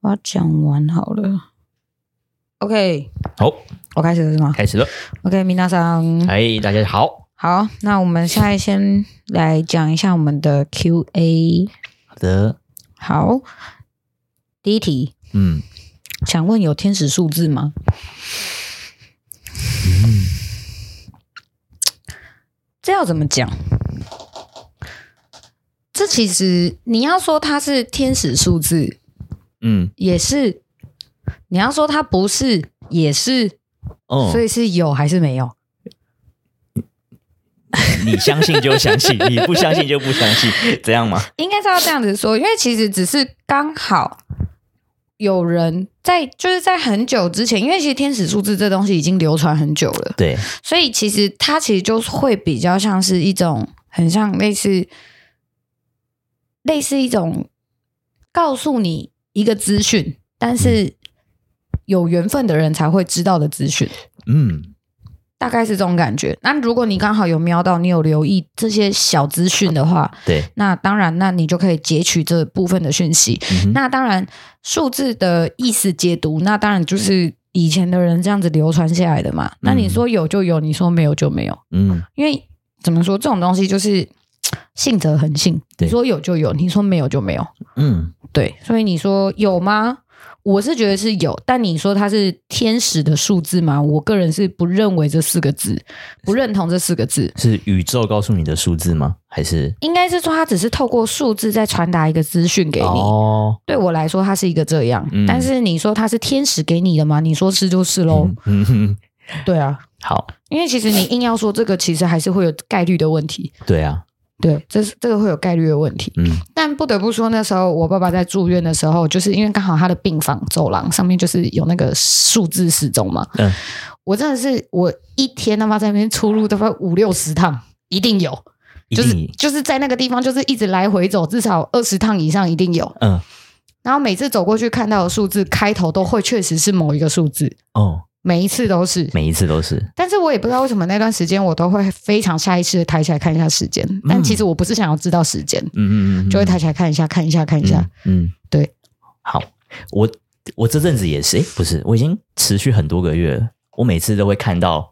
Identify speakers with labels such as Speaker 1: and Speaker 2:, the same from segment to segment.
Speaker 1: 我要讲完好了。OK，
Speaker 2: 好，
Speaker 1: 我开始了是吗
Speaker 2: 开始了。
Speaker 1: ？OK，米娜桑，
Speaker 2: 哎，大家好，
Speaker 1: 好，那我们现在先来讲一下我们的 Q&A。
Speaker 2: 好的，
Speaker 1: 好，第一题，
Speaker 2: 嗯，
Speaker 1: 想问有天使数字吗？这要怎么讲？这其实你要说它是天使数字，
Speaker 2: 嗯，
Speaker 1: 也是；你要说它不是，也是。
Speaker 2: 哦
Speaker 1: 所，以是有还是没有？
Speaker 2: 你相信就 相信，你不相信就不相信，这样吗？
Speaker 1: 应该是要这样子说，因为其实只是刚好有人在，就是在很久之前，因为其实天使数字这东西已经流传很久了。
Speaker 2: 对，
Speaker 1: 所以其实它其实就会比较像是一种很像类似类似一种告诉你一个资讯，但是有缘分的人才会知道的资讯，
Speaker 2: 嗯，
Speaker 1: 大概是这种感觉。那如果你刚好有瞄到，你有留意这些小资讯的话，
Speaker 2: 对，
Speaker 1: 那当然，那你就可以截取这部分的讯息。
Speaker 2: 嗯哼
Speaker 1: 那当然，数字的意思解读，那当然就是以前的人这样子流传下来的嘛。那你说有就有，你说没有就没有。
Speaker 2: 嗯，
Speaker 1: 因为怎么说，这种东西就是信则恒信。
Speaker 2: 对
Speaker 1: 你说有就有，你说没有就没有。
Speaker 2: 嗯，
Speaker 1: 对，所以你说有吗？我是觉得是有，但你说它是天使的数字吗？我个人是不认为这四个字，不认同这四个字。
Speaker 2: 是宇宙告诉你的数字吗？还是
Speaker 1: 应该是说，它只是透过数字在传达一个资讯给你。
Speaker 2: 哦，
Speaker 1: 对我来说，它是一个这样。
Speaker 2: 嗯
Speaker 1: 但是你说它是天使给你的吗？你说是就是喽。
Speaker 2: 嗯嗯哼，
Speaker 1: 对啊，
Speaker 2: 好，
Speaker 1: 因为其实你硬要说这个，其实还是会有概率的问题。
Speaker 2: 对啊，
Speaker 1: 对，这是这个会有概率的问题。
Speaker 2: 嗯
Speaker 1: 但不得不说，那时候我爸爸在住院的时候，就是因为刚好他的病房走廊上面就是有那个数字时钟嘛。
Speaker 2: 嗯，
Speaker 1: 我真的是我一天他妈在那边出入大概五六十趟，一定有，
Speaker 2: 一
Speaker 1: 就是
Speaker 2: 定
Speaker 1: 就是在那个地方就是一直来回走，至少二十趟以上一定有。
Speaker 2: 嗯，
Speaker 1: 然后每次走过去看到的数字开头都会确实是某一个数字，
Speaker 2: 哦，
Speaker 1: 每一次都是。
Speaker 2: 每一次都是，嗯
Speaker 1: 但是我也不知道为什么那段时间我都会非常下意识的抬起来看一下时间，但其实我不是想要知道时间，
Speaker 2: 嗯嗯嗯嗯嗯，
Speaker 1: 就会抬起来看一下，看一下，看一下。
Speaker 2: 嗯，嗯，
Speaker 1: 对，
Speaker 2: 好，我我这阵子也是，诶，不是，我已经持续很多个月了，我每次都会看到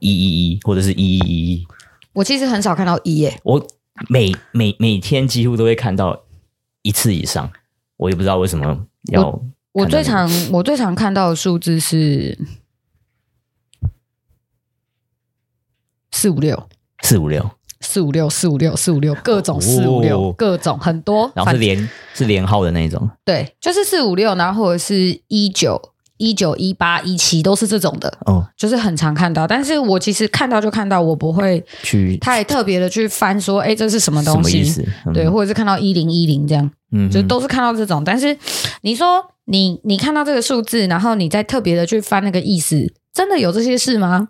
Speaker 2: 一一一或者是一一一，
Speaker 1: 我其实很少看到一耶，
Speaker 2: 我每每每天几乎都会看到一次以上，我也不知道为什么要
Speaker 1: 我
Speaker 2: 看到
Speaker 1: 最常我最常看到的数字是四五六。
Speaker 2: 四五六，
Speaker 1: 四五六四五六四五六，各种四五六，
Speaker 2: 哦
Speaker 1: 各种很多，
Speaker 2: 然后
Speaker 1: 反
Speaker 2: 是连是连号的那种，
Speaker 1: 对，就是四五六，然后或者是一九一九一八一七，都是这种的，
Speaker 2: 哦，
Speaker 1: 就是很常看到。但是我其实看到就看到，我不会
Speaker 2: 去
Speaker 1: 太特别的去翻说，哎，这是什么
Speaker 2: 什
Speaker 1: 东
Speaker 2: 么意
Speaker 1: 西？
Speaker 2: 思？嗯
Speaker 1: 对，，或者是看到一零一零这样，
Speaker 2: 嗯
Speaker 1: 就
Speaker 2: 哼
Speaker 1: 都是看到这种。但是你说你你看到这个数字，然后你再特别的去翻那个意思，真的有这些事吗？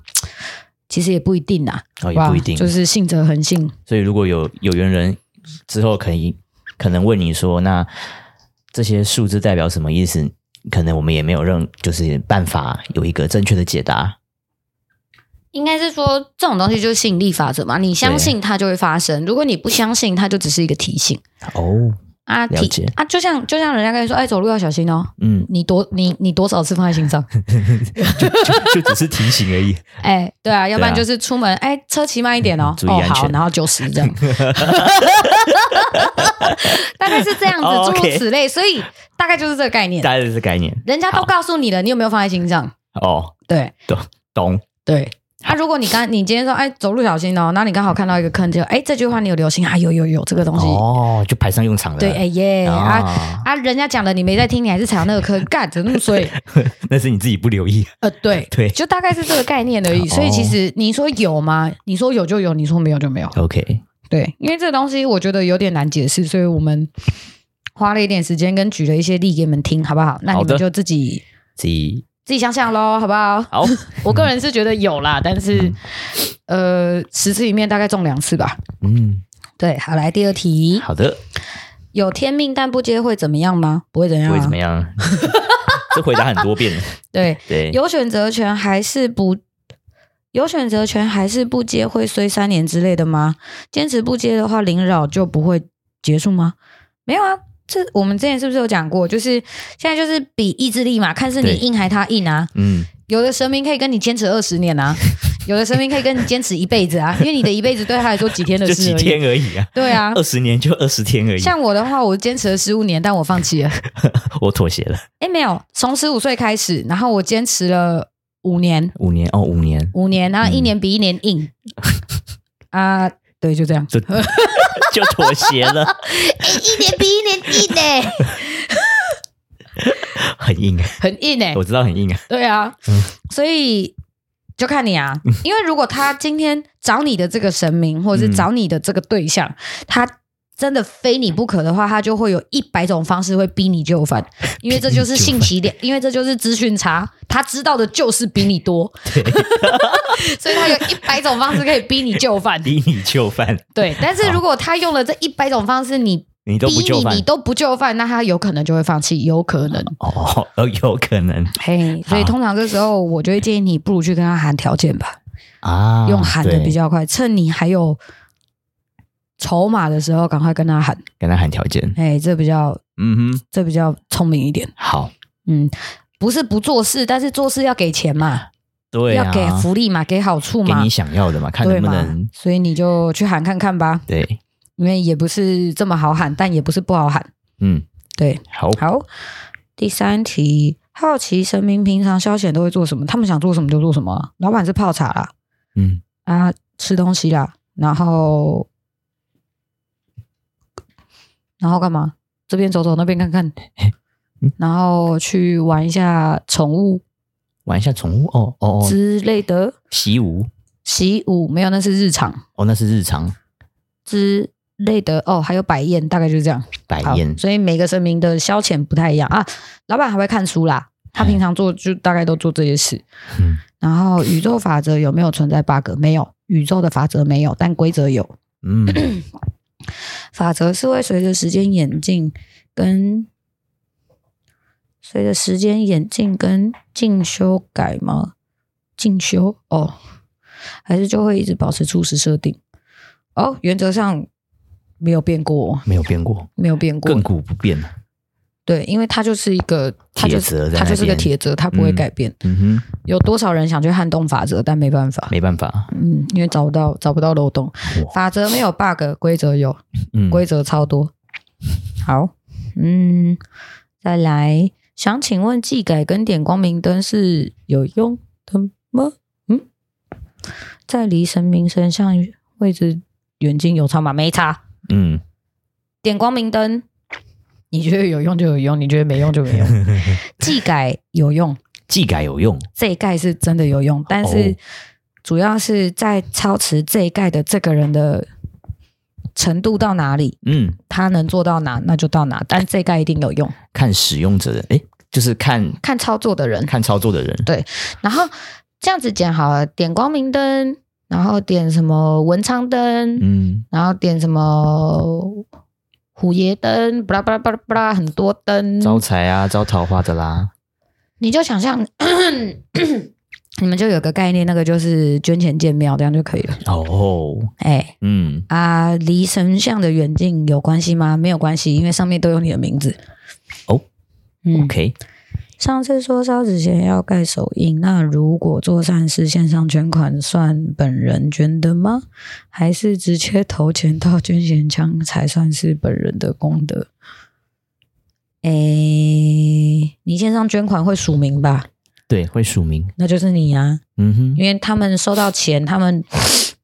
Speaker 1: 其实也不一定啊，
Speaker 2: 哦也
Speaker 1: 哇
Speaker 2: 不一定，
Speaker 1: 就是信则恒信。
Speaker 2: 所以如果有有缘人之后可以可能问你说，那这些数字代表什么意思？可能我们也没有任就是办法有一个正确的解答。
Speaker 1: 应该是说这种东西就是吸引力法则嘛，你相信它就会发生，如果你不相信，它就只是一个提醒
Speaker 2: 哦，
Speaker 1: 啊
Speaker 2: 了
Speaker 1: 提
Speaker 2: 解
Speaker 1: 啊，就像就像人家跟你说，哎，走路要小心哦，
Speaker 2: 嗯，
Speaker 1: 你多你你多少次放在心 上，
Speaker 2: 就 就就只是提醒而已。
Speaker 1: 哎，对啊，要不然就是出门，哎，车骑慢一点哦，
Speaker 2: 嗯注意
Speaker 1: 哦
Speaker 2: 安全
Speaker 1: 好，然后九十这样， 大概是这样
Speaker 2: 哦
Speaker 1: 子，诸如
Speaker 2: OK
Speaker 1: 此类，所以大概就是这个概念，
Speaker 2: 大概是这概念
Speaker 1: 人家都
Speaker 2: 好
Speaker 1: 告诉你了，你有没有放在心上？
Speaker 2: 哦，
Speaker 1: 对
Speaker 2: 懂。
Speaker 1: 对。啊，如果你刚你今天说，哎，走路小心哦，那你刚好看到一个坑，就哎这句话你有留心啊？有有有，这个东西
Speaker 2: 哦，就派上用场了。
Speaker 1: 对，哎耶啊
Speaker 2: 啊，
Speaker 1: 啊！人家讲了，你没在听，你还是踩到那个坑，干怎么那么衰？
Speaker 2: 那是你自己不留意。
Speaker 1: 呃，对
Speaker 2: 对
Speaker 1: 就大概是这个概念而已。
Speaker 2: 哦
Speaker 1: 所以其实你说有吗？你说有就有，你说没有就没有。
Speaker 2: OK，
Speaker 1: 对，因为这个东西我觉得有点难解释，所以我们花了一点时间跟举了一些例给你们听，好不好？那你
Speaker 2: 好
Speaker 1: 们
Speaker 2: 的
Speaker 1: 就自己
Speaker 2: 自己
Speaker 1: 自己想想喽，好不好？
Speaker 2: 好，
Speaker 1: 我个人是觉得有啦，但是呃，十次里面大概中两次吧。
Speaker 2: 嗯，
Speaker 1: 对，好，来第二题，
Speaker 2: 好的，
Speaker 1: 有天命但不接会怎么样吗？不会怎样、
Speaker 2: 不
Speaker 1: 啊，
Speaker 2: 会怎么 样。这回答很多遍了，
Speaker 1: 对，
Speaker 2: 对，
Speaker 1: 有选择权还是不有选择权还是不接会衰三年之类的吗？坚持不接的话，领扰就不会结束吗？没有啊，这我们之前是不是有讲过？就是现在就是比意志力嘛，看是你
Speaker 2: 对
Speaker 1: 硬还他硬啊。
Speaker 2: 嗯，
Speaker 1: 有的神明可以跟你坚持二十年啊，有的神明可以跟你坚持一辈子啊，因为你的一辈子对他来说几天的
Speaker 2: 就
Speaker 1: 事
Speaker 2: 几
Speaker 1: 而已。
Speaker 2: 天而已啊，
Speaker 1: 对啊，
Speaker 2: 二十年就二十天而已，
Speaker 1: 像我的话，我坚持了十五年，但我放 弃了。
Speaker 2: 我妥协了，
Speaker 1: 诶，没有，从十五岁开始，然后我坚持了五年，
Speaker 2: 五年哦，五年
Speaker 1: 五年，然后一年比一年 硬。啊，对，就这样，
Speaker 2: 就 就妥协了，
Speaker 1: 一年比一年硬呢、
Speaker 2: 很硬， 啊
Speaker 1: 很硬呢、
Speaker 2: 我知道很硬啊，
Speaker 1: 对啊，
Speaker 2: 嗯
Speaker 1: 所以就看你啊，因为如果他今天找你的这个神明，或者
Speaker 2: 嗯
Speaker 1: 是找你的这个对象，他真的非你不可的话，他就会有一百种方式会逼你就范，因为这就是信息量，因为这就是资讯差，他知道的就是比你多，
Speaker 2: 对，
Speaker 1: 所以他有一百种方式可以逼你就范。
Speaker 2: 逼你就范，
Speaker 1: 对，但是如果他用了这一百种方式，你
Speaker 2: 你都
Speaker 1: 逼
Speaker 2: 不就
Speaker 1: 你，
Speaker 2: 范
Speaker 1: 你都不就范，那他有可能就会放弃，有可能。
Speaker 2: 哦， 哦有可能
Speaker 1: 嘿，所以
Speaker 2: 好
Speaker 1: 通常这时候我就会建议你，不如去跟他喊条件吧。
Speaker 2: 啊，
Speaker 1: 用喊的
Speaker 2: 对
Speaker 1: 比较快，趁你还有筹码的时候，赶快跟他喊。
Speaker 2: 跟他喊条件，
Speaker 1: 哎、这比较
Speaker 2: 嗯哼，
Speaker 1: 这比较聪明一点。
Speaker 2: 好，
Speaker 1: 嗯，不是不做事，但是做事要给钱嘛，
Speaker 2: 对啊，
Speaker 1: 要给福利嘛，给好处
Speaker 2: 给
Speaker 1: 嘛
Speaker 2: 你，想要的嘛，看
Speaker 1: 对
Speaker 2: 能不
Speaker 1: 嘛
Speaker 2: 能。
Speaker 1: 所以你就去喊看看吧，
Speaker 2: 对，
Speaker 1: 因为也不是这么好喊，但也不是不好喊。
Speaker 2: 嗯，
Speaker 1: 对，
Speaker 2: 好，
Speaker 1: 好，第三题，好奇神明平常消遣都会做什么？他们想做什么就做什么啊。老板是泡茶啦，
Speaker 2: 嗯，
Speaker 1: 啊，吃东西啦，然后然后干嘛？这边走走，那边看看，然后去玩一下宠物
Speaker 2: 玩一下宠物哦哦哦，
Speaker 1: 之类的。
Speaker 2: 习武
Speaker 1: 习武没有，那是日常
Speaker 2: 哦，那是日常
Speaker 1: 之类的哦，还有摆宴，大概就是这样。
Speaker 2: 百
Speaker 1: 好
Speaker 2: 宴，
Speaker 1: 所以每个神明的消遣不太一样啊。老板还会看书啦，他平常做就大概都做这些事。
Speaker 2: 嗯
Speaker 1: 然后宇宙法则有没有存在 bug？没有，宇宙的法则没有，但规则有。
Speaker 2: 嗯，
Speaker 1: 法则是会随着时间演进，跟随着时间演进跟进修改吗？进修哦，还是就会一直保持初始设定？哦，原则上没有变过，
Speaker 2: 没有变过，
Speaker 1: 没有变过，
Speaker 2: 亘古不变。
Speaker 1: 对，因为它就是一个，它就
Speaker 2: 铁则
Speaker 1: 是
Speaker 2: 在那
Speaker 1: 它就是个
Speaker 2: 边
Speaker 1: 铁则，它不会
Speaker 2: 嗯
Speaker 1: 改变。
Speaker 2: 嗯哼，
Speaker 1: 有多少人想去撼动法则，但没办法，
Speaker 2: 没办法，
Speaker 1: 嗯，因为找不到找不到漏洞。
Speaker 2: 哇
Speaker 1: 法则没有 bug，规则有，
Speaker 2: 嗯，
Speaker 1: 规则超多。好，嗯，再来，想请问技改跟点光明灯是有用的吗？嗯，在离神明神像位置远近有差吗？没差。
Speaker 2: 嗯，
Speaker 1: 点光明灯，你觉得有用就有用，你觉得没用就 没用。技改有用，
Speaker 2: 技改有用，
Speaker 1: 这一盖是真的有用，但是
Speaker 2: 哦
Speaker 1: 主要是在操持这一盖的这个人的程度到哪里，
Speaker 2: 嗯，
Speaker 1: 他能做到哪那就到哪，但这一盖一定有用，
Speaker 2: 看使用者的，诶，就是看
Speaker 1: 看操作的人。
Speaker 2: 看操作的人，
Speaker 1: 然后这样子讲好了，点光明灯，然后点什么文昌灯，
Speaker 2: 嗯，
Speaker 1: 然后点什么虎爷灯，巴拉巴拉巴拉巴拉，很多灯，
Speaker 2: 招财啊，招桃花的啦，
Speaker 1: 你就想象。 你们就有个概念，那个就是捐钱建庙，这样就可以了。
Speaker 2: 哦，
Speaker 1: 哎、
Speaker 2: 嗯，
Speaker 1: 啊，离神像的远近有关系吗？没有关系，因为上面都有你的名字。
Speaker 2: 哦，
Speaker 1: 嗯
Speaker 2: OK，
Speaker 1: 上次说烧纸钱要盖手印，那如果做善事线上捐款算本人捐的吗？还是直接投钱到捐钱箱才算是本人的功德？诶，你线上捐款会署名吧？
Speaker 2: 对，会署名，
Speaker 1: 那就是你啊。
Speaker 2: 嗯哼，
Speaker 1: 因为他们收到钱，他们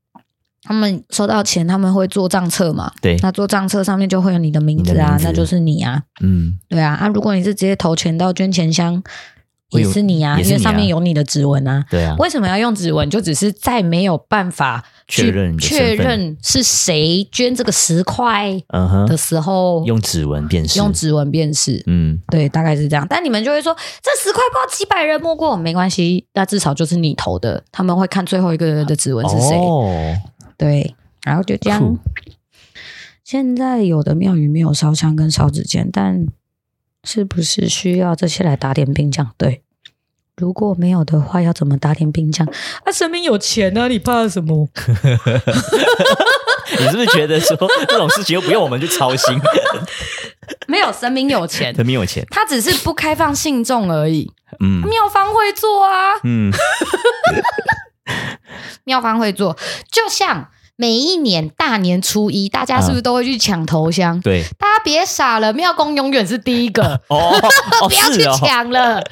Speaker 1: 他们收到钱，他们会做账册嘛？
Speaker 2: 对
Speaker 1: 那做账册上面就会有你的名字啊，
Speaker 2: 你的名字
Speaker 1: 那就是你啊，
Speaker 2: 嗯，
Speaker 1: 对啊啊！如果你是直接投钱到捐钱箱，
Speaker 2: 会
Speaker 1: 也
Speaker 2: 有
Speaker 1: 是你啊，
Speaker 2: 也是
Speaker 1: 因为
Speaker 2: 你啊
Speaker 1: 上面有你的指纹啊。
Speaker 2: 对啊，
Speaker 1: 为什么要用指纹？就只是在没有办法去
Speaker 2: 确认你的身
Speaker 1: 确
Speaker 2: 份
Speaker 1: 认是谁捐这个十块
Speaker 2: 嗯
Speaker 1: 的
Speaker 2: 哼，
Speaker 1: 时候，
Speaker 2: 用指纹辨识，
Speaker 1: 用指纹辨识。
Speaker 2: 嗯，
Speaker 1: 对，大概是这样。但你们就会说，这十块不知道几百人摸过，没关系，那至少就是你投的，他们会看最后一个人的指纹是谁。
Speaker 2: 哦，
Speaker 1: 对，然后就这样
Speaker 2: 酷。
Speaker 1: 现在有的庙宇没有烧香跟烧纸钱，但是不是需要这些来打点兵将？对，如果没有的话，要怎么打点兵将？啊，神明有钱啊，你怕什么？
Speaker 2: 你是不是觉得说这种事情又不用我们去操心？
Speaker 1: 没有神明有钱，
Speaker 2: 他没有钱，
Speaker 1: 他只是不开放信众而已。
Speaker 2: 嗯
Speaker 1: 妙方会做啊，
Speaker 2: 嗯，
Speaker 1: 妙方会做，就像每一年大年初一，大家是不是都会去抢头香？
Speaker 2: 对，
Speaker 1: 大家别傻了，庙公永远是第一 个，
Speaker 2: 哦，哦
Speaker 1: 不要去
Speaker 2: 是哦，
Speaker 1: 抢了。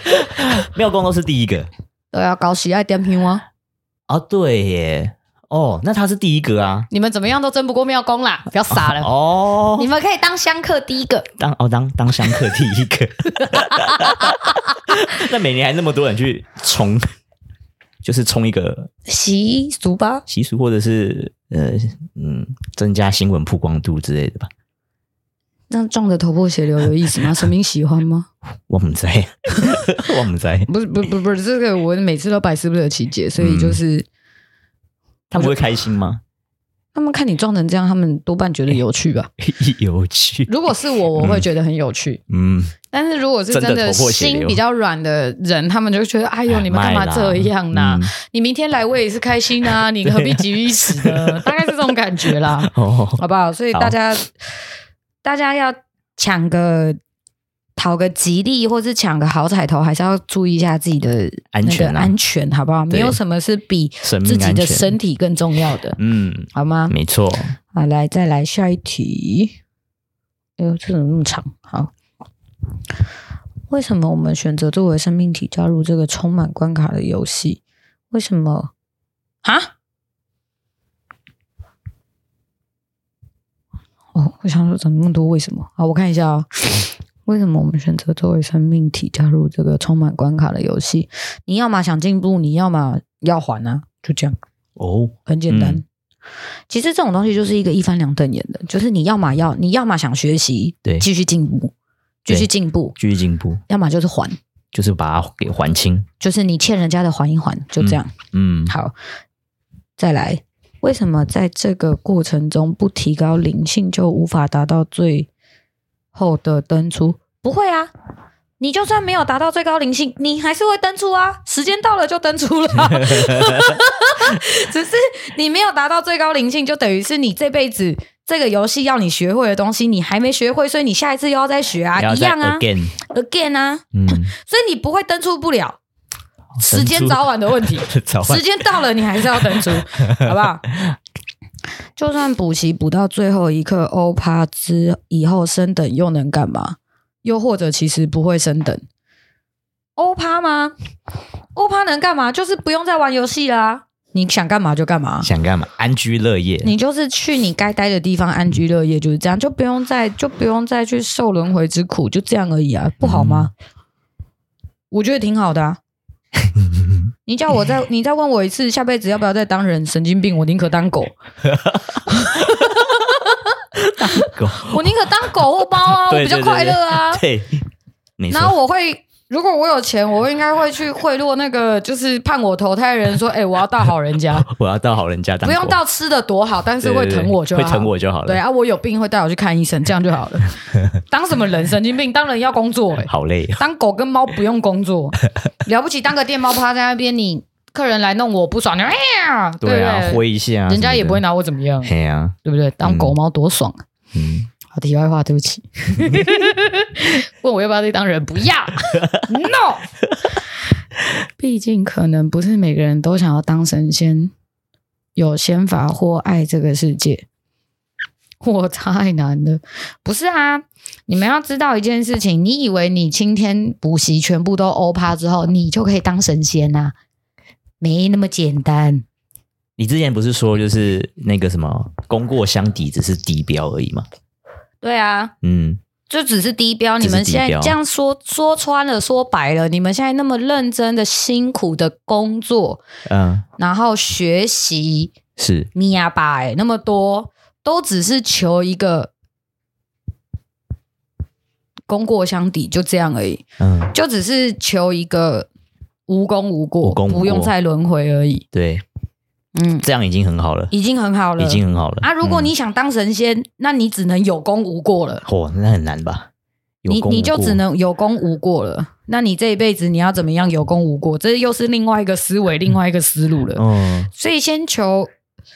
Speaker 2: 妙公都是第一个
Speaker 1: 对啊，搞喜爱点评吗？
Speaker 2: 哦，对耶，哦，那他是第一个啊，
Speaker 1: 你们怎么样都争不过庙公啦，不要傻了。
Speaker 2: 哦
Speaker 1: 你，们可以当香客第一个，
Speaker 2: 当哦当当香客第一个， 那每年还那么多人去冲，就是冲一个
Speaker 1: 习俗吧？
Speaker 2: 习俗，或者是呃嗯，增加新闻曝光度之类的吧，
Speaker 1: 这样撞得头破血流有意思 吗？神明喜欢吗？
Speaker 2: 我们在， 我 们在，
Speaker 1: 不是，不不不是，这个我每次都百思不得其解，所以就是、
Speaker 2: 嗯他们会开心吗？
Speaker 1: 他们看你撞成这样，他们多半觉得有趣吧。
Speaker 2: 有趣，
Speaker 1: 如果是我，我会觉得很有趣。
Speaker 2: 嗯，
Speaker 1: 但是如果是真
Speaker 2: 真的
Speaker 1: 的
Speaker 2: 头破血流
Speaker 1: 心比较软的人，他们就觉得，哎呦，你们干嘛这样呢、
Speaker 2: 啦？嗯
Speaker 1: 你明天来我也是开心 啊，你何必急于一时呢？大概是这种感觉啦，
Speaker 2: 哦，
Speaker 1: 好不好？所以大家大家要抢个讨个吉利，或是抢个好彩头，还是要注意一下自己的
Speaker 2: 安全啊
Speaker 1: 那个安全，好不好？没
Speaker 2: 对
Speaker 1: 有什么是比
Speaker 2: 生命
Speaker 1: 自己
Speaker 2: 安
Speaker 1: 的
Speaker 2: 全
Speaker 1: 身体更重要的，
Speaker 2: 嗯，
Speaker 1: 好吗？
Speaker 2: 没错，
Speaker 1: 好，啊来再来下一题。哎呦，这怎么那么长？好，为什么我们选择作为生命体加入这个充满关卡的游戏？为什么啊？哦，我想说怎么那么多为什么？好，我看一下啊、为什么我们选择作为生命体加入这个充满关卡的游戏？你要么想进步，你要么要还啊，就这样。
Speaker 2: 哦，
Speaker 1: 很简单。
Speaker 2: 嗯
Speaker 1: 其实这种东西就是一个一翻两瞪眼的，就是你要么要，你要么想学习，
Speaker 2: 对
Speaker 1: 继续进步，继
Speaker 2: 对
Speaker 1: 续进步；
Speaker 2: 继续进步，
Speaker 1: 要么就是还，
Speaker 2: 就是把它给还清，
Speaker 1: 就是你欠人家的还一还，就这样。
Speaker 2: 嗯，
Speaker 1: 好，再来，为什么在这个过程中不提高灵性就无法达到最后的登出？不会啊，你就算没有达到最高灵性，你还是会登出啊。时间到了就登出了， 只是你没有达到最高灵性，就等于是你这辈子。这个游戏要你学会的东西，你还没学会，所以你下一次又要再学啊，
Speaker 2: 然后
Speaker 1: 一
Speaker 2: 再
Speaker 1: 样啊
Speaker 2: again，
Speaker 1: ，again 啊，
Speaker 2: 嗯，
Speaker 1: 所以你不会登出不了，时
Speaker 2: 登
Speaker 1: 间
Speaker 2: 出
Speaker 1: 早晚的问题。
Speaker 2: 早
Speaker 1: 时间到了，你还是要登出，好不好？就算补习补到最后一刻，欧趴之以后升等又能干嘛？又或者其实不会升等，欧趴吗？欧趴能干嘛？就是不用再玩游戏啦、你想干嘛就干嘛。
Speaker 2: 想干嘛？安居乐业，
Speaker 1: 你就是去你该待的地方安居乐业，就是这样，就不用再就不用再去受轮回之苦，就这样而已啊，不好吗？我觉得挺好的 啊。你叫 我再你再问我一次，下辈子要不要再当人？神经病！我宁可当狗，
Speaker 2: 狗
Speaker 1: 我宁可当狗或猫 啊，我
Speaker 2: 对
Speaker 1: 比较快乐啊。
Speaker 2: 对，对 没
Speaker 1: 然后
Speaker 2: 错，
Speaker 1: 我会，如果我有钱，我应该会去贿赂那个就是判我投胎的人，说：“哎、我要大好人家，
Speaker 2: 我要到好人家当
Speaker 1: 不
Speaker 2: 狗，
Speaker 1: 用到吃的多好，但
Speaker 2: 对，
Speaker 1: 是会疼我就
Speaker 2: 对
Speaker 1: 好。
Speaker 2: 对”会疼我就好了，
Speaker 1: 对啊，我有病会带我去看医生，这样就好 了。当什么人神经病？当人要工作、欸，
Speaker 2: 好累哦，
Speaker 1: 当狗跟猫不用工 作，了不起当个电猫趴在那边，你客人来弄我不爽，你就哎呀，对不
Speaker 2: 对
Speaker 1: 对？
Speaker 2: 啊，挥一下，
Speaker 1: 人家也不会，拿我怎么样，
Speaker 2: 嘿呀，
Speaker 1: 对不对？当狗猫多爽啊！
Speaker 2: 嗯，
Speaker 1: 好，题外话，对不起。 问我要不要再当人？不 要，no。毕竟可能不是每个人都想要当神仙，有仙法或爱这个世界。我太难了，不是啊！你们要知道一件事情，你以为你今天补习全部都欧趴之后，你就可以当神仙呐、没那么简单。
Speaker 2: 你之前不是说就是那个什么功过相抵只是低标而已吗？
Speaker 1: 对啊，
Speaker 2: 嗯，
Speaker 1: 就只是低标，
Speaker 2: 只
Speaker 1: 你
Speaker 2: 是
Speaker 1: 们现在
Speaker 2: 低标
Speaker 1: 这样说说穿了，说白了，你们现在那么认真的、辛苦的工作，
Speaker 2: 嗯，
Speaker 1: 然后学习
Speaker 2: 是
Speaker 1: 米亚巴哎那么多，都只是求一个功过相抵，就这样而已，
Speaker 2: 嗯，
Speaker 1: 就只是求一个无功无过，
Speaker 2: 无功无过
Speaker 1: 不用再轮回而已。
Speaker 2: 对，
Speaker 1: 嗯，
Speaker 2: 这样已经很好了，
Speaker 1: 已经很好了，
Speaker 2: 已经很好了
Speaker 1: 啊！如果
Speaker 2: 嗯
Speaker 1: 你想当神仙，那你只能有功无过了。
Speaker 2: 嚯，那很难吧？有
Speaker 1: 你
Speaker 2: 功
Speaker 1: 你
Speaker 2: 无
Speaker 1: 就
Speaker 2: 过
Speaker 1: 只能有功无过了。那你这一辈子你要怎么样有功无过？这又是另外
Speaker 2: 哦
Speaker 1: 一个思维，另外一个思路了。
Speaker 2: 嗯，
Speaker 1: 所以先求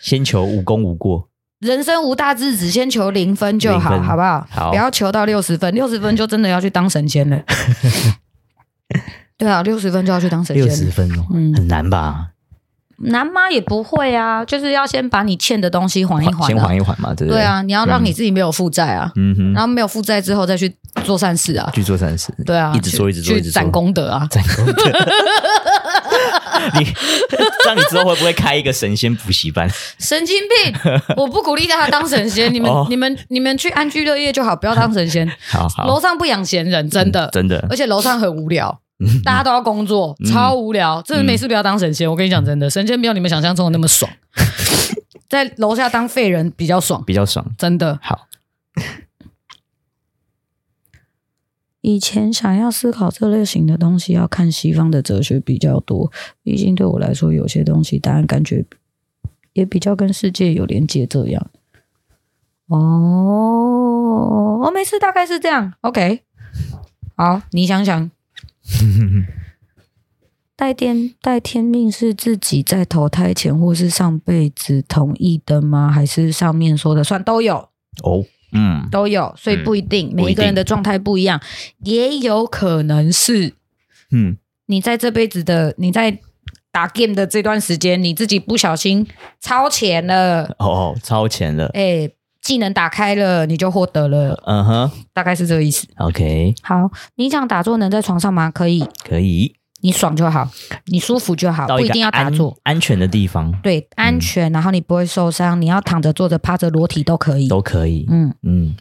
Speaker 2: 先求无功无过，
Speaker 1: 人生无大志，只先求零分就好，
Speaker 2: 零分
Speaker 1: 好不好？
Speaker 2: 好
Speaker 1: 不要求到六十分，六十分就真的要去当神仙 了。对啊，六十分就要去当神
Speaker 2: 六
Speaker 1: 仙
Speaker 2: 十
Speaker 1: 了，
Speaker 2: 分哦，
Speaker 1: 嗯
Speaker 2: 很难吧？
Speaker 1: 难吗？也不会啊，就是要先把你欠的东西还一还、啊，
Speaker 2: 先缓一缓嘛，对不
Speaker 1: 对啊，你要让
Speaker 2: 嗯
Speaker 1: 你自己没有负债啊，
Speaker 2: 嗯哼，
Speaker 1: 然后没有负债之后再去做善事啊，
Speaker 2: 去做善事，
Speaker 1: 对啊，
Speaker 2: 一直做，
Speaker 1: 去
Speaker 2: 一直做，一
Speaker 1: 去
Speaker 2: 直
Speaker 1: 攒
Speaker 2: 做。
Speaker 1: 功德啊，
Speaker 2: 展功德。你 这样，你之后会不会开一个神仙补习班？
Speaker 1: 神经 病！我不鼓励大家当神仙，你们、
Speaker 2: 哦
Speaker 1: 你们、你们去安居乐业就好，不要当神仙。
Speaker 2: 好 好嗯
Speaker 1: 楼，上不养闲人，真的，
Speaker 2: 真的
Speaker 1: 而且楼上很无聊。
Speaker 2: 嗯
Speaker 1: 大家都要工作，超无聊，真的没事不要当神仙。我跟你讲真的，神仙没有你们想象中的那么 爽，在楼下当废人比较爽，
Speaker 2: 比较爽。
Speaker 1: 真的。
Speaker 2: 好，
Speaker 1: 以前想要思考这类型的东西，要看西方的哲学比较多，毕竟对我来说，有些东西答案感觉也比较跟世界有连接。这样，哦，哦，没事，大概是这样。OK，好，你想想，带天带天命是自己在投胎前或是上辈子同意的吗？还是上面说的算都有？
Speaker 2: 哦，嗯，
Speaker 1: 都有，所以
Speaker 2: 嗯
Speaker 1: 不一定，
Speaker 2: 不
Speaker 1: 每
Speaker 2: 一
Speaker 1: 一个
Speaker 2: 定
Speaker 1: 人的状态不一样，也有可能是
Speaker 2: 嗯，
Speaker 1: 你在这辈子的你在打 game 的这段时间，你自己不小心超前了，
Speaker 2: 哦，超前了，
Speaker 1: 哎、技能打开了，你就获得了，
Speaker 2: 嗯哼
Speaker 1: 大概是这个意思。
Speaker 2: ，OK，
Speaker 1: 好，你想打坐能在床上吗？可以，
Speaker 2: 可以
Speaker 1: 你爽就好，你舒服就好，
Speaker 2: 到
Speaker 1: 不一
Speaker 2: 个
Speaker 1: 定要打
Speaker 2: 安嗯
Speaker 1: 坐。嗯
Speaker 2: 安全的地方
Speaker 1: 对，安全，然后你不会受伤，你要躺着、坐着、趴着、裸体都可以。
Speaker 2: 都可以。
Speaker 1: 嗯，
Speaker 2: 嗯，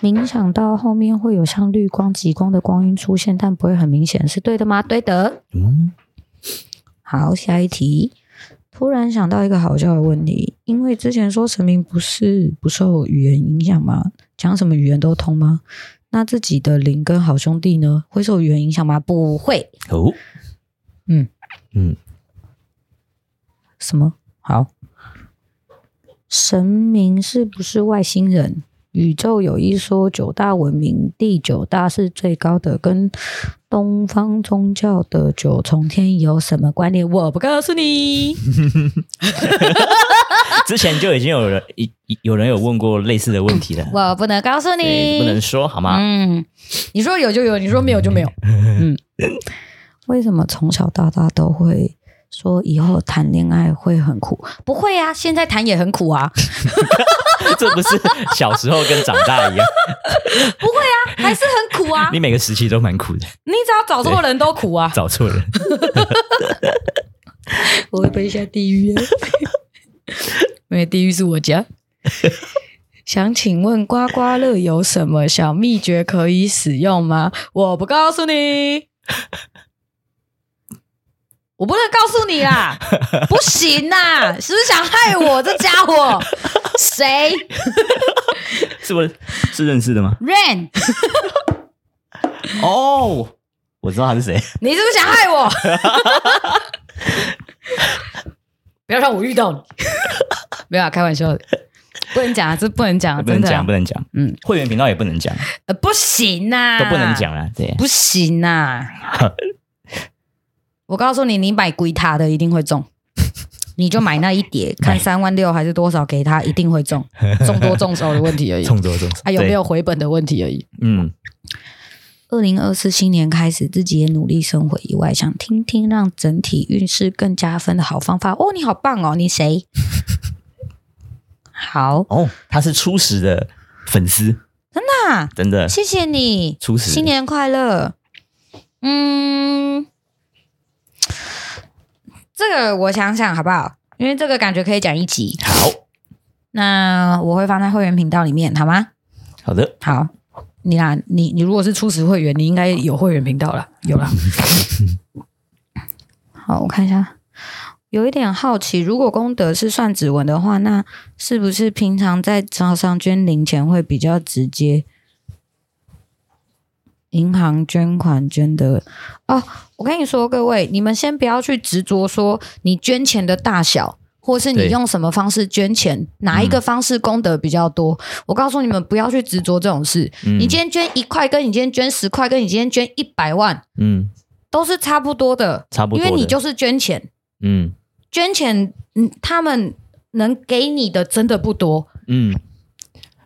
Speaker 1: 冥想到后面会有像绿光、极光的光晕出现，但不会很明显，是对的吗？对的。
Speaker 2: 嗯，
Speaker 1: 好，下一题。突然想到一个好笑的问题，因为之前说神明不是不受语言影响吗？讲什么语言都通吗？那自己的灵跟好兄弟呢，会受语言影响吗？不会。
Speaker 2: 哦，
Speaker 1: 嗯
Speaker 2: 嗯，
Speaker 1: 什么？好，神明是不是外星人？宇宙有一说，九大文明第九大是最高的，跟东方宗教的九重天有什么关联？我不告诉 你。
Speaker 2: 之前就已经有人一一有人有问过类似的问题了，
Speaker 1: 我不能告诉
Speaker 2: 对，
Speaker 1: 你，
Speaker 2: 不能说好吗？
Speaker 1: 啊嗯，你说有就有，你说没有就没有。嗯，为什么从小到大都会说以后谈恋爱会很苦？不会啊，现在谈也很苦啊，
Speaker 2: 这不是小时候跟长大一样，
Speaker 1: 还是很苦啊。
Speaker 2: 你每个时期都蛮苦的，
Speaker 1: 你只要找错人都苦啊。
Speaker 2: 找错人。
Speaker 1: 我会被下地狱、啊， 因为地狱是我家。想请问刮刮乐有什么小秘诀可以使用吗？我不告诉你，我不能告诉你 啦，不行啦，是不是想害我？这家伙谁
Speaker 2: 是不是是认识的吗？
Speaker 1: ？Rain，
Speaker 2: 哦，我知道他是谁。
Speaker 1: 你是不是想害 我？不要让我遇到你， 没有、啊、开玩笑的，不能讲啊，这不能讲啊，
Speaker 2: 不能
Speaker 1: 真的啊
Speaker 2: 讲，不能讲。
Speaker 1: 嗯，啊
Speaker 2: 会员频道也不能讲，
Speaker 1: 呃，不行呐、
Speaker 2: 都不能，讲啦。对，
Speaker 1: 不行呐、 我告诉你，你买龟塔的一定会中，你就买那一 叠，看三万六还是多少给他，一定会中，中多中少的问题 而已，
Speaker 2: 冲着冲着
Speaker 1: 还、啊有没有？回本的问题而已。
Speaker 2: 对嗯，
Speaker 1: 二零二四新年开始，自己也努力生活以外，想听听让整体运势更加分的好方法。哦，你好棒哦，你谁？好，
Speaker 2: 哦，他是初始的粉丝，
Speaker 1: 那
Speaker 2: 真的。
Speaker 1: 谢谢你，
Speaker 2: 初始
Speaker 1: 新年快乐。嗯，这个我想想好不好？因为这个感觉可以讲一集，
Speaker 2: 好
Speaker 1: 那我会放在会员频道里面，好吗？
Speaker 2: 好的，
Speaker 1: 好，你啦，你你如果是初始会员，你应该有会员频道了，有啦。好，我看一下，有一点好奇，如果功德是算指纹的话，那是不是平常在超商捐零钱会比较直接？银行捐款捐的哦，我跟你说，各位，你们先不要去执着说你捐钱的大小，或是你
Speaker 2: 对嗯
Speaker 1: 用什么方式捐钱，哪一个方式功德比较多。我告诉你们，不要去执着这种事。
Speaker 2: 嗯
Speaker 1: 你今天捐一块，跟你今天捐十块，跟你今天捐一百万，
Speaker 2: 嗯，
Speaker 1: 都是差不多的，
Speaker 2: 差不多
Speaker 1: 因
Speaker 2: 的。
Speaker 1: 为你就是捐钱，
Speaker 2: 嗯
Speaker 1: 捐钱，嗯，他们能给你的真的不多，
Speaker 2: 嗯，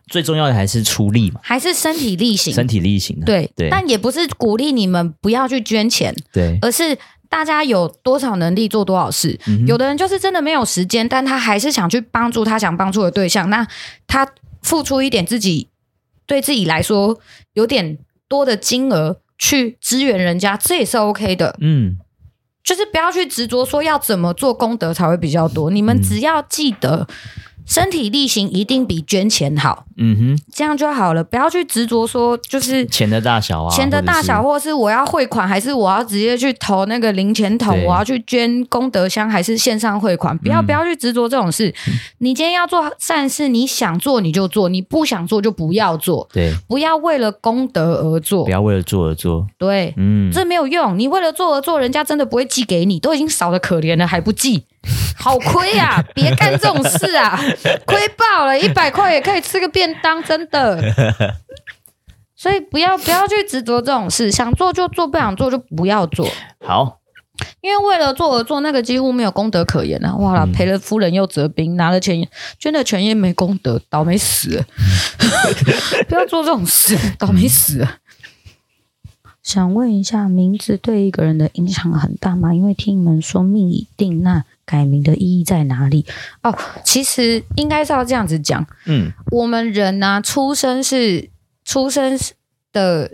Speaker 2: 最重要的还是出力嘛，
Speaker 1: 还是身体力行。
Speaker 2: 身体力行啊的。
Speaker 1: 对，
Speaker 2: 对
Speaker 1: 但也不是鼓励你们不要去捐钱，
Speaker 2: 对，
Speaker 1: 而是大家有多少能力做多少事。
Speaker 2: 嗯哼
Speaker 1: 有的人就是真的没有时间，但他还是想去帮助他想帮助的对象，那他付出一点自己对自己来说有点多的金额去支援人家，这也是 OK 的。
Speaker 2: 嗯，
Speaker 1: 就是不要去执着说要怎么做功德才会比较多，你
Speaker 2: 嗯
Speaker 1: 们只要记得身体力行一定比捐钱好，
Speaker 2: 嗯
Speaker 1: 这样就好了。不要去执着说就是
Speaker 2: 哼，钱的大小啊，
Speaker 1: 钱的大小，
Speaker 2: 或
Speaker 1: 或是我要汇款，还是我要直接去投那个零钱桶，
Speaker 2: 对
Speaker 1: 我要去捐功德箱，还是线上汇款？不要、
Speaker 2: 嗯
Speaker 1: 不要去执着这种事。你今天要做善事，你想做你就做，你不想做就不要做，
Speaker 2: 者是对，
Speaker 1: 不要为了功德而做
Speaker 2: 不。要为了做而做，
Speaker 1: 对，
Speaker 2: 嗯，
Speaker 1: 这没有用。你为了做而做，人家真的不会寄给你，都已经少的可怜了，还不寄。好亏啊！别干这种事啊，亏爆了！一百块也可以吃个便当，真的。所以不要不要去执着这种事，想做就做，不想做就不要做，
Speaker 2: 好，
Speaker 1: 因为为了做而做，那个几乎没有功德可言啊！哇啦，赔了夫人又折兵，拿了钱捐了钱也没功德，倒霉死 了！不要做这种事，倒霉死了。嗯想问一下，名字对一个人的影响很大吗？因为听你们说命已定，那改名的意义在哪里？哦，其实应该是要这样子讲，
Speaker 2: 嗯
Speaker 1: 我们人呢、出生是出生的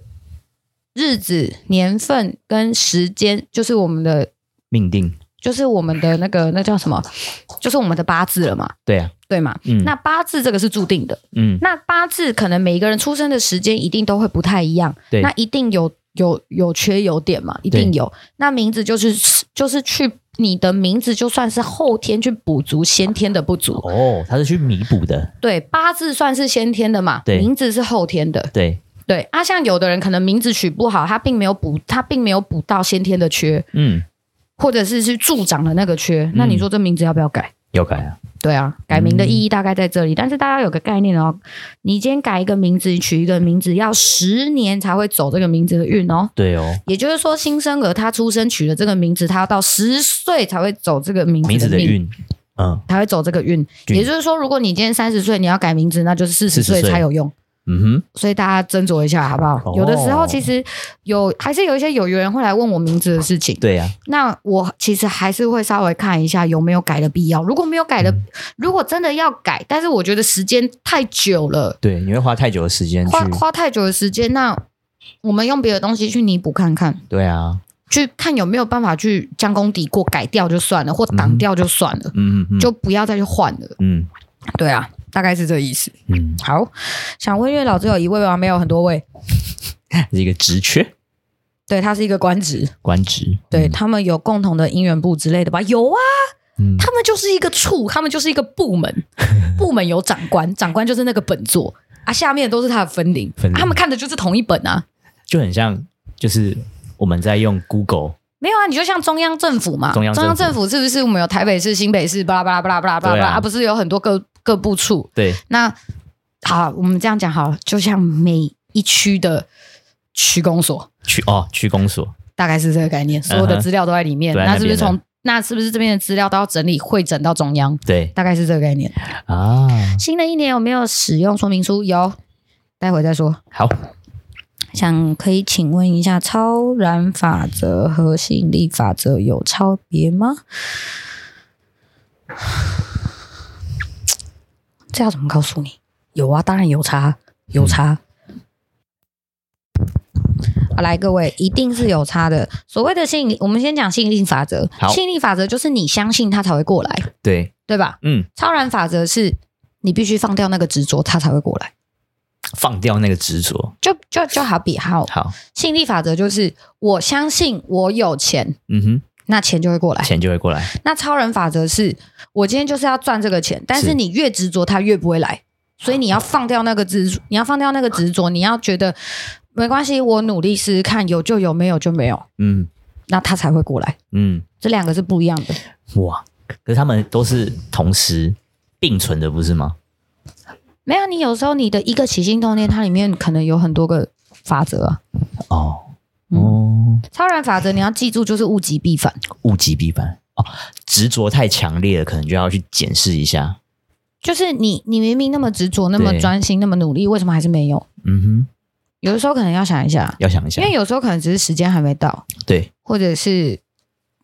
Speaker 1: 日子、年份跟时间，就是我们的，
Speaker 2: 命定，
Speaker 1: 就是我们的那个那叫什么，就是我们的八字了嘛，
Speaker 2: 对啊，
Speaker 1: 对嘛？
Speaker 2: 嗯，
Speaker 1: 那八字这个是注定的，
Speaker 2: 嗯
Speaker 1: 那八字可能每一个人出生的时间一定都会不太一样，
Speaker 2: 对
Speaker 1: 那一定有有有缺有点嘛，一定有。那名字就是就是去你的名字，就算是后天去补足先天的不足，
Speaker 2: 哦，他是去弥补的，
Speaker 1: 对，八字算是先天的嘛，
Speaker 2: 对
Speaker 1: 名字是后天的，
Speaker 2: 对，
Speaker 1: 对。啊，像有的人可能名字取不好，他并没有补，他并没有补到先天的缺，
Speaker 2: 嗯，
Speaker 1: 或者是是助长了那个缺，那你说这名字要不要改？
Speaker 2: 要改啊，
Speaker 1: 对啊，改名的意义
Speaker 2: 嗯
Speaker 1: 大概在这里，但是大家有个概念哦，你今天改一个名字，你取一个名字，要十年才会走这个名字的运哦。
Speaker 2: 对哦，
Speaker 1: 也就是说，新生儿他出生取了这个名字，他要到十岁才会走这个名
Speaker 2: 名字
Speaker 1: 字
Speaker 2: 的
Speaker 1: 命，
Speaker 2: 运，嗯
Speaker 1: 才会走这个运。
Speaker 2: 运
Speaker 1: 也就是说，如果你今天三十岁，你要改名字，那就是四十岁
Speaker 2: 40岁
Speaker 1: 才有用。
Speaker 2: 嗯哼，
Speaker 1: 所以大家斟酌一下好不好？
Speaker 2: 哦
Speaker 1: 有的时候其实有还是有一些有缘人会来问我名字的事情，
Speaker 2: 对啊，
Speaker 1: 那我其实还是会稍微看一下有没有改的必要。如果没有改的，如果真的要改，但是我觉得时间太久了，
Speaker 2: 对，你会花太久的时间去，
Speaker 1: 花花太久的时间，那我们用别的东西去弥补看看，
Speaker 2: 对啊，
Speaker 1: 去看有没有办法去将功抵过，改掉就算了，或挡掉就算了，
Speaker 2: 嗯嗯嗯，
Speaker 1: 就不要再去换了。
Speaker 2: 嗯
Speaker 1: 对啊，大概是这意思。
Speaker 2: 嗯，
Speaker 1: 好，想问月老只有一位吗？没有很多位，
Speaker 2: 是一个职缺
Speaker 1: 对，他是一个官职，
Speaker 2: 官职，
Speaker 1: 对、他们有共同的姻缘部之类的吧？有啊。
Speaker 2: 嗯，
Speaker 1: 他们就是一个处，他们就是一个部 门，部门有长官，长官就是那个本座啊，下面都是他的分灵，
Speaker 2: 分灵
Speaker 1: 啊他们看的就是同一本啊。
Speaker 2: 就很像就是我们在用 Google，
Speaker 1: 没有啊，你就像中央政府嘛，
Speaker 2: 中央政府
Speaker 1: 府是不是我们有台北市、新北市，巴拉巴拉巴拉巴拉巴拉巴
Speaker 2: 对
Speaker 1: 拉，
Speaker 2: 啊
Speaker 1: 啊不是有很多各各部处？
Speaker 2: 对，
Speaker 1: 那好，我们这样讲好了，就像每一区的区公所，
Speaker 2: 去哦去公所，
Speaker 1: 大概是这个概念，所有
Speaker 2: 嗯
Speaker 1: 的
Speaker 2: 哼
Speaker 1: 资料都在里面。
Speaker 2: 都在那
Speaker 1: 那是不是
Speaker 2: 边的
Speaker 1: 从那是不是这边的资料都要整理汇整到中央？
Speaker 2: 对
Speaker 1: 大概是这个概念。
Speaker 2: 啊，
Speaker 1: 新的一年有没有使用说明书？有，待会再说。
Speaker 2: 好，
Speaker 1: 想可以请问一下，超然法则和吸引力法则有差别吗？ 这要怎么告诉你？有啊，当然有差，有差。好来，各位，一定是有差的。所谓的吸引力，我们先讲吸引力法则
Speaker 2: 好。
Speaker 1: 吸引力法则就是你相信它才会过来，
Speaker 2: 对，
Speaker 1: 对吧？
Speaker 2: 嗯，
Speaker 1: 超然法则是你必须放掉那个执着，它才会过来。
Speaker 2: 放掉那个执着，
Speaker 1: 就就就好比好
Speaker 2: 好，
Speaker 1: 吸引力法则，就是我相信我有钱，
Speaker 2: 嗯
Speaker 1: 那钱就会过
Speaker 2: 哼，
Speaker 1: 来。
Speaker 2: 钱就会过来，
Speaker 1: 那超人法则是我今天就是要赚这个钱，但
Speaker 2: 是
Speaker 1: 是你越执着，它越不会来。所以你要放掉那个执，你要放掉那个执着，你要觉得没关系，我努力试试看，有就有，没有就没有，
Speaker 2: 嗯
Speaker 1: 那它才会过来。
Speaker 2: 嗯，
Speaker 1: 这两个是不一样的。
Speaker 2: 哇，可是他们都是同时并存的，不是吗？
Speaker 1: 没有，你有时候你的一个起心动念，它里面可能有很多个法则啊。
Speaker 2: 哦哦，
Speaker 1: 超人法则你要记住，就是物极必反。
Speaker 2: 物极必反哦，执着太强烈了，可能就要去检视一下，
Speaker 1: 就是你你明明那么执着、那么
Speaker 2: 对
Speaker 1: 专心、那么努力，为什么还是没有？
Speaker 2: 嗯哼，
Speaker 1: 有的时候可能要想一下，
Speaker 2: 要想一下
Speaker 1: 因为，有时候可能只是时间还没到，
Speaker 2: 对，
Speaker 1: 或者是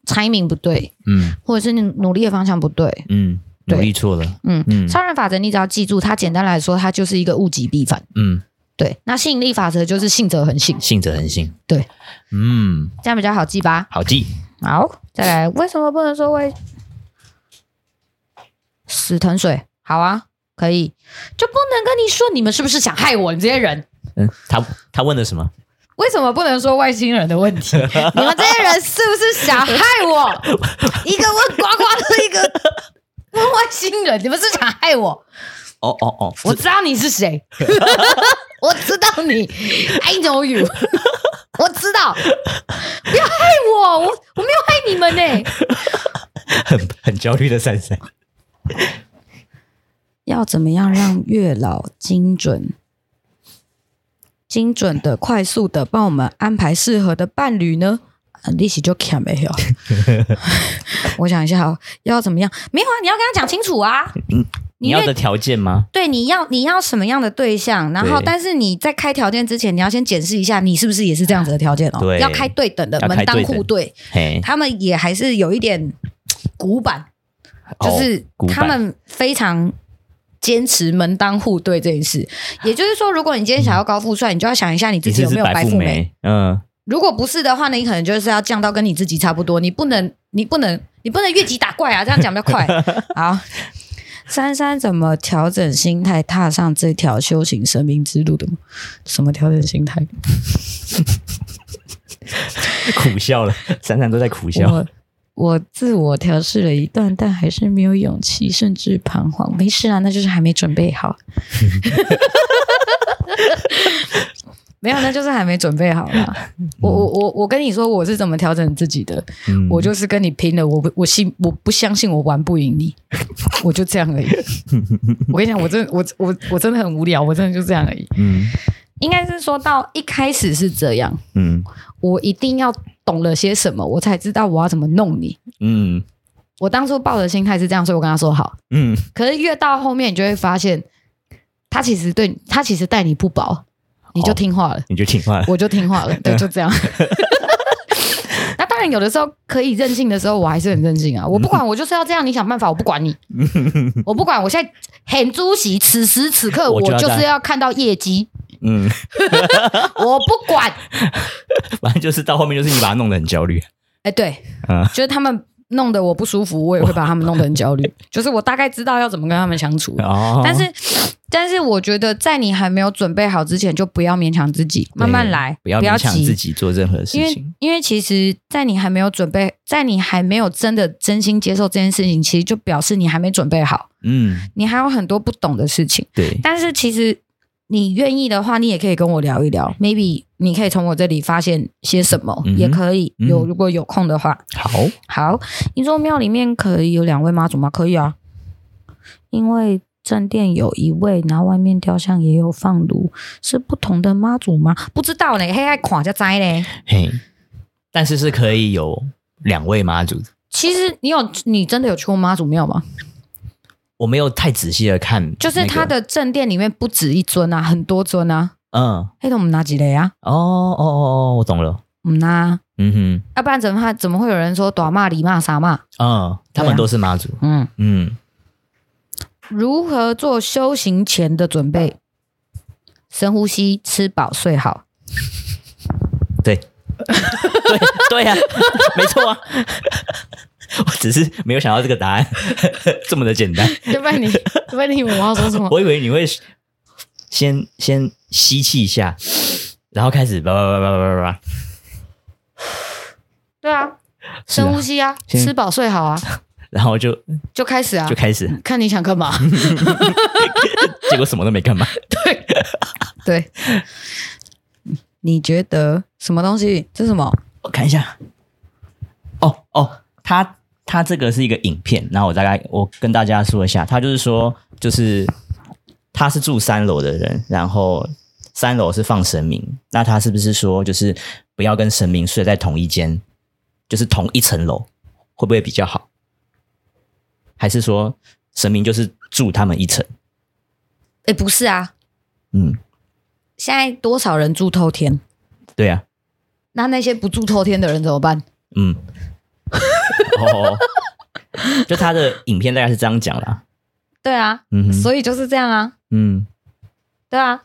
Speaker 1: timing 不对，
Speaker 2: 嗯
Speaker 1: 或者是你努力的方向不对。
Speaker 2: 嗯，
Speaker 1: 对
Speaker 2: 努力错了，
Speaker 1: 嗯，
Speaker 2: 嗯
Speaker 1: 超人法则你只要记住，它简单来说，它就是一个物极必反。
Speaker 2: 嗯，
Speaker 1: 对，那吸引力法则就是信则恒信，
Speaker 2: 信则恒信，
Speaker 1: 对，
Speaker 2: 嗯，
Speaker 1: 这样比较好记吧。
Speaker 2: 好记，
Speaker 1: 好，再来，为什么不能说为死藤水？好啊，可以，就不能跟你说你们是不是想害我？你们这些人，
Speaker 2: 嗯，他他问了什么？
Speaker 1: 为什么不能说外星人的问题？你们这些人是不是想害我？一个问呱呱的，一个问外星人，你们是想害我？
Speaker 2: 哦哦哦，
Speaker 1: 我知道你是谁，我知道你，I know you，我知道，不要害我，我我没有害你们呢、欸
Speaker 2: 很很焦虑的珊珊，
Speaker 1: 要怎么样让月老精准、精准的、快速的帮我们安排适合的伴侣呢？啊利息就砍没有。 我想一下哦，要怎么样？没有啊，你要跟他讲清楚啊。
Speaker 2: 你要
Speaker 1: 越
Speaker 2: 的条件吗？
Speaker 1: 对，你要你要什么样的对象？然后，
Speaker 2: 对
Speaker 1: 但是你在开条件之前，你要先检视一下，你是不是也是这样子的条件哦？
Speaker 2: 对
Speaker 1: 要开对等的，
Speaker 2: 要开
Speaker 1: 门当
Speaker 2: 对等
Speaker 1: 户对，
Speaker 2: 嘿，
Speaker 1: 他们也还是有一点古板。就
Speaker 2: 哦
Speaker 1: 是
Speaker 2: 古
Speaker 1: 他
Speaker 2: 板
Speaker 1: 们非常坚持门当户对这件事。也就是说，如果你今天想要高富帅，你就要想一下你自
Speaker 2: 你
Speaker 1: 己
Speaker 2: 是
Speaker 1: 有
Speaker 2: 不
Speaker 1: 没
Speaker 2: 是
Speaker 1: 有白
Speaker 2: 白
Speaker 1: 富
Speaker 2: 富
Speaker 1: 美。
Speaker 2: 美？嗯，
Speaker 1: 如果不是的话呢，你可能就是要降到跟你自己差不多。你不能，你不能，你不能越级打怪啊！这样讲比较 快。好，珊珊怎么调整心态，踏上这条修行生命之路的？什么调整心态？
Speaker 2: 苦笑了，珊珊都在苦笑。
Speaker 1: 我我自我调试了一段，但还是没有勇气，甚至彷徨。没事啊，那就是还没准备 好。没有，那就是还没准备好啦。我我我我跟你说，我是怎么调整自己的。
Speaker 2: 嗯
Speaker 1: 我就是跟你拼了，我不我信我不相信我玩不 赢你，我就这样而已。我跟你讲，我真的我我我真的很无聊，我真的就这样而已。
Speaker 2: 嗯
Speaker 1: 应该是说到一开始是这样，
Speaker 2: 嗯
Speaker 1: 我一定要懂了些什么，我才知道我要怎么弄你。
Speaker 2: 嗯
Speaker 1: 我当初抱的心态是这样，所以我跟他说好。
Speaker 2: 嗯，
Speaker 1: 可是越到后面，你就会发现，他其实对他其实待你不薄，你就听话了，
Speaker 2: 你就听话了。
Speaker 1: 我就听话 了，对，就这样。那当然，有的时候可以任性的时候，我还是很任性啊！我不管，我就是要这样，你想办法，我不管 你，我不管。我现在很主席，此时此刻我
Speaker 2: 我就要这
Speaker 1: 就
Speaker 2: 样
Speaker 1: 是要看到业绩，
Speaker 2: 嗯，
Speaker 1: 我不管。
Speaker 2: 反正就是到后面就是你把他弄得很焦虑。
Speaker 1: 哎，对，
Speaker 2: 嗯
Speaker 1: 就是他们弄得我不舒服，我也会把他们弄得很焦虑。就是我大概知道要怎么跟他们相处，
Speaker 2: 哦，
Speaker 1: 但是，但是我觉得在你还没有准备好之前，就不要勉强自己，慢慢来，
Speaker 2: 不要
Speaker 1: 不要
Speaker 2: 勉强自
Speaker 1: 急。
Speaker 2: 己做任何事
Speaker 1: 因为
Speaker 2: 情。
Speaker 1: 因为其实，在你还没有准备，在你还没有真的真心接受这件事情，其实就表示你还没准备好，
Speaker 2: 嗯，
Speaker 1: 你还有很多不懂的事情。
Speaker 2: 对，
Speaker 1: 但是其实你愿意的话，你也可以跟我聊一聊，maybe 你可以从我这里发现些什么，
Speaker 2: 嗯哼
Speaker 1: 也可以
Speaker 2: 嗯
Speaker 1: 有如果有空的话，
Speaker 2: 好，
Speaker 1: 好，你说庙里面可以有两位妈祖吗？可以啊，因为正殿有一位，然后外面雕像也有放炉，是不同的妈祖吗？不知道呢，黑爱垮就栽嘞。
Speaker 2: 嘿，但是是可以有两位妈祖的。
Speaker 1: 其实你有，你真的有去过妈祖庙吗？
Speaker 2: 我没有太仔细的看那个，
Speaker 1: 就是它的正殿里面不止一尊啊，很多尊啊。
Speaker 2: 嗯，哦
Speaker 1: 黑的我们拿几类啊？
Speaker 2: 哦哦哦，我懂了。
Speaker 1: 我们拿，
Speaker 2: 嗯
Speaker 1: 要不然怎么还怎么会有人说短骂、礼骂、傻骂？
Speaker 2: 哼，嗯，他
Speaker 1: 对
Speaker 2: 们
Speaker 1: 啊
Speaker 2: 都是妈祖。
Speaker 1: 嗯，
Speaker 2: 嗯，
Speaker 1: 如何做修行前的准备？深呼吸，吃饱睡好。
Speaker 2: 对，对对呀、没错啊。 我只是没有想到这个答案 这么的简单，
Speaker 1: 要不然你，要不然你我要说什么？
Speaker 2: 我以为你会先先吸气一下，然后开始叭叭叭叭叭叭叭。
Speaker 1: 对啊，
Speaker 2: 是啊
Speaker 1: 深呼吸啊，
Speaker 2: 先
Speaker 1: 吃饱睡好啊，
Speaker 2: 然后就
Speaker 1: 就开始啊
Speaker 2: 就，开始，
Speaker 1: 看你想干 嘛。
Speaker 2: 结果什么都没干嘛。
Speaker 1: 对，你觉得什么东西？这是什么？
Speaker 2: 我看一下，哦哦，他他这个是一个影片，然后我大概我跟大家说一下，他就是说，就是他是住三楼的人，然后三楼是放神明，那他是不是说就是不要跟神明睡在同一间，就是同一层楼，会不会比较好？还是说神明就是住他们一层。
Speaker 1: 哎，不是啊，
Speaker 2: 嗯，
Speaker 1: 现在多少人住透天？
Speaker 2: 对啊，
Speaker 1: 那那些不住透天的人怎么办？
Speaker 2: 嗯， 哦，就他的影片大概是这样讲啦。
Speaker 1: 对啊，
Speaker 2: 嗯哼，
Speaker 1: 所以就是这样啊，
Speaker 2: 嗯，
Speaker 1: 对啊，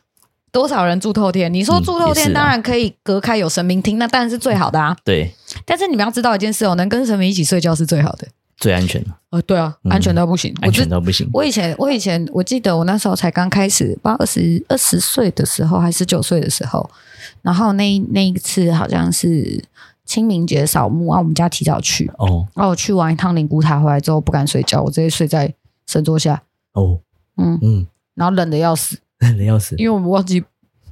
Speaker 1: 多少人住透天？你说
Speaker 2: 嗯
Speaker 1: 住透
Speaker 2: 也是
Speaker 1: 天
Speaker 2: 啊
Speaker 1: 当然可以隔开有神明听，那当然是最好的啊。
Speaker 2: 对，
Speaker 1: 但是你们要知道一件事哦，能跟神明一起睡觉是最好的。
Speaker 2: 最安全了，
Speaker 1: 呃，对啊，
Speaker 2: 嗯
Speaker 1: 安全到不行。我
Speaker 2: 安全
Speaker 1: 知，
Speaker 2: 到不行。
Speaker 1: 我以前，我以前，我记得我那时候才刚开始，不知道二十二十岁的时候还是九岁的时候，然后那一那一次好像是清明节扫墓啊，我们家提早去，
Speaker 2: 哦
Speaker 1: 然后我去玩一趟灵骨塔回来之后不敢睡觉，我直接睡在神桌下，
Speaker 2: 哦，
Speaker 1: 嗯，
Speaker 2: 嗯，
Speaker 1: 然后冷的要死，
Speaker 2: 冷的要死，
Speaker 1: 因为我们忘记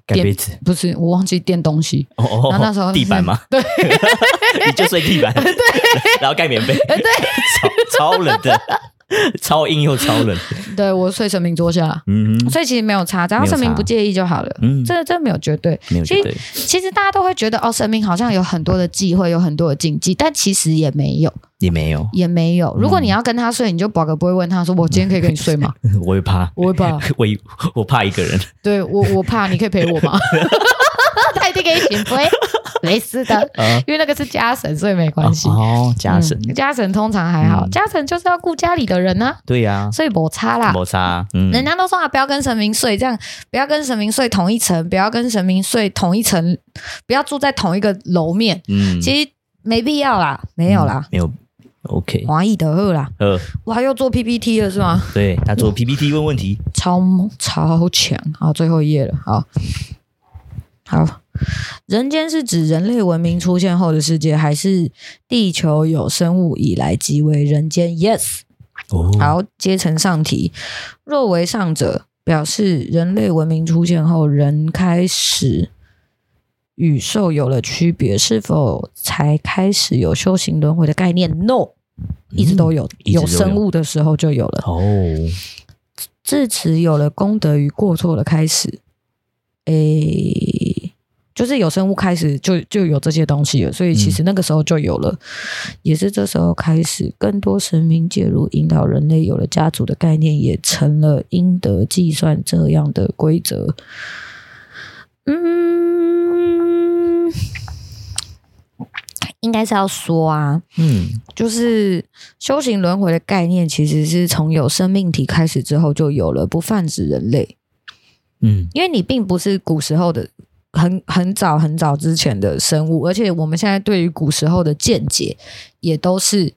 Speaker 2: 盖被子。
Speaker 1: 不是我忘记垫东西，
Speaker 2: 哦哦，
Speaker 1: 然后那时候
Speaker 2: 地板
Speaker 1: 是
Speaker 2: 吗？对， 你就睡地板，对， 然后盖棉被，
Speaker 1: 哎
Speaker 2: 对，超超冷的，超硬又超冷。
Speaker 1: 对我睡神明桌下，
Speaker 2: 嗯哼，
Speaker 1: 所以其实没有差，只要
Speaker 2: 没有
Speaker 1: 神明
Speaker 2: 差
Speaker 1: 不介意就好了。
Speaker 2: 嗯，
Speaker 1: 这这没有绝对，
Speaker 2: 没有
Speaker 1: 其
Speaker 2: 绝对
Speaker 1: 实，其实大家都会觉得哦，神明好像有很多的忌讳，有很多的禁忌，但其实也没有，
Speaker 2: 也没有，
Speaker 1: 也没有。
Speaker 2: 嗯
Speaker 1: 如果你要跟他睡，你就宝哥不会问他说：“我今天可以跟你睡 吗
Speaker 2: 我会怕？”，
Speaker 1: 我会怕，
Speaker 2: 我一我怕一个 人。
Speaker 1: 对我我怕，你可以陪我 吗？ 他一定给你请杯，没事的，
Speaker 2: 啊，
Speaker 1: 因为那个是家神，所以没关系。
Speaker 2: 哦，家神，
Speaker 1: 嗯家神通常还好，
Speaker 2: 嗯
Speaker 1: 家神就是要顾家里的人啊，
Speaker 2: 对呀，
Speaker 1: 所以没差啦。
Speaker 2: 摩擦，嗯，
Speaker 1: 人家都说啊，不要跟神明睡，这样不要跟神明睡同一层，不要跟神明睡同一层，不要住在同一个楼面。
Speaker 2: 嗯，
Speaker 1: 其实没必要啦，没有啦，
Speaker 2: 没有，OK，
Speaker 1: 华裔的二啦，
Speaker 2: 呃，
Speaker 1: 哇，又做 PPT 了是吗？
Speaker 2: 对他做 PPT 问问题，
Speaker 1: 超猛超强，好，最后一页了，好，好。人间是指人类文明出现后的世界，还是地球有生物以来即为人间？Yes，
Speaker 2: 哦，
Speaker 1: 好，接成上题。若为上者，表示人类文明出现后，人开始与兽有了区别，是否才开始有修行轮回的概念？No，一直都有，
Speaker 2: 嗯一直都
Speaker 1: 有
Speaker 2: 有
Speaker 1: 生物的时候就有了。
Speaker 2: 哦，
Speaker 1: 至此有了功德与过错的开始。诶，就是有生物开始就就有这些东西了，所以其实那个时候就有了，也是这时候开始，更多神明介入，引导人类有了家族的概念，也成了应得计算这样的规则。嗯，应该是要说啊，
Speaker 2: 嗯，
Speaker 1: 就是修行轮回的概念，其实是从有生命体开始之后就有了，不泛指人类，
Speaker 2: 嗯，
Speaker 1: 因为你并不是古时候的很很早很早之前的生物，而且我们现在对于古时候的见解也都是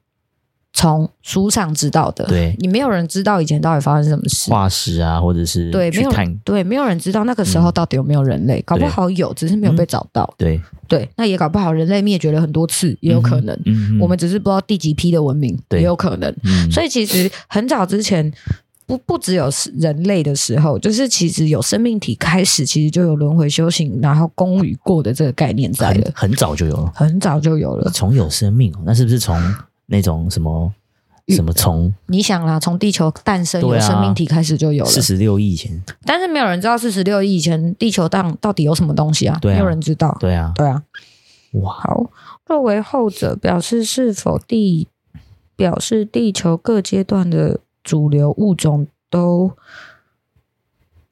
Speaker 1: 从书上知道的，
Speaker 2: 对
Speaker 1: 你没有人知道以前到底发生什么事。
Speaker 2: 化石啊，或者是
Speaker 1: 对，没
Speaker 2: 去
Speaker 1: 有人
Speaker 2: 看，
Speaker 1: 对，没有人知道那个时候到底有没有人类，搞不好有，只是没有被找到。
Speaker 2: 对，嗯
Speaker 1: 对，那也搞不好人类灭绝了很多次，也有可能。
Speaker 2: 嗯，嗯
Speaker 1: 我们只是不知道第几批的文明，
Speaker 2: 对
Speaker 1: 也有可能。
Speaker 2: 嗯
Speaker 1: 所以其实很早之前，不不只有是人类的时候，就是其实有生命体开始，其实就有轮回修行，然后功与过的这个概念在
Speaker 2: 很
Speaker 1: 了，
Speaker 2: 很早就有了。
Speaker 1: 很早就有了。
Speaker 2: 虫有生命、哦，那是不是从那种什么什么虫
Speaker 1: 你想啦，从地球诞生
Speaker 2: 对
Speaker 1: 有
Speaker 2: 啊
Speaker 1: 生命体开始就有了，
Speaker 2: 四十六亿以前？
Speaker 1: 但是没有人知道四十六亿以前地球上到底有什么东西啊？
Speaker 2: 对啊
Speaker 1: 没有人知道。
Speaker 2: 对啊，
Speaker 1: 对啊，
Speaker 2: 哇，
Speaker 1: 好，若为后者，表示是否地表示地球各阶段的主流物种都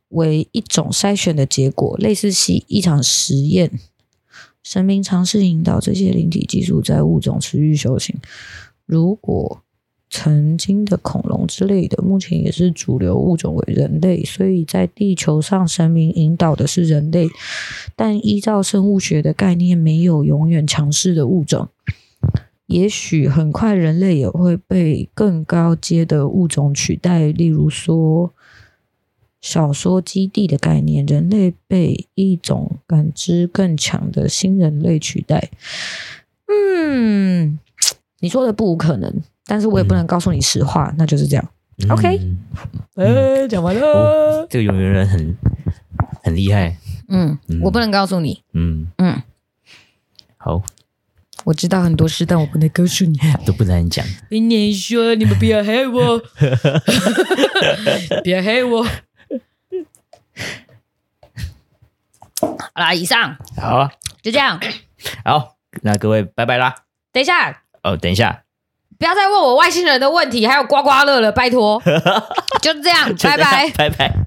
Speaker 1: 为一种筛选的结果，类似系一场实验。神明尝试引导这些灵体技术在物种持续修行。如果曾经的恐龙之类的，目前也是主流物种为人类，所以在地球上，神明引导的是人类，但依照生物学的概念，没有永远强势的物种。也许很快人类也会被更高阶的物种取代，例如说小说基地的概念，人类被一种感知更强的新人类取代。嗯，你说的不无可能，但是我也不能告诉你实话，那就是这样。OK
Speaker 2: 嗯
Speaker 1: 哎，讲完
Speaker 2: 了。这个有缘人很很厉害，
Speaker 1: 嗯
Speaker 2: 嗯，
Speaker 1: 我不能告诉你。
Speaker 2: 嗯，
Speaker 1: 嗯，
Speaker 2: 好，
Speaker 1: 我知道很多事，但我不能告诉你。
Speaker 2: 都不能讲，
Speaker 1: 明年说你们不要害我，别害我。好啦，以上
Speaker 2: 好啊，
Speaker 1: 就这样。
Speaker 2: 好，那各位拜拜啦。
Speaker 1: 等一下，
Speaker 2: 哦，等一下，
Speaker 1: 不要再问我外星人的问题，还有刮刮乐了，拜托。就这样，拜
Speaker 2: 就这样
Speaker 1: 拜。
Speaker 2: 拜拜。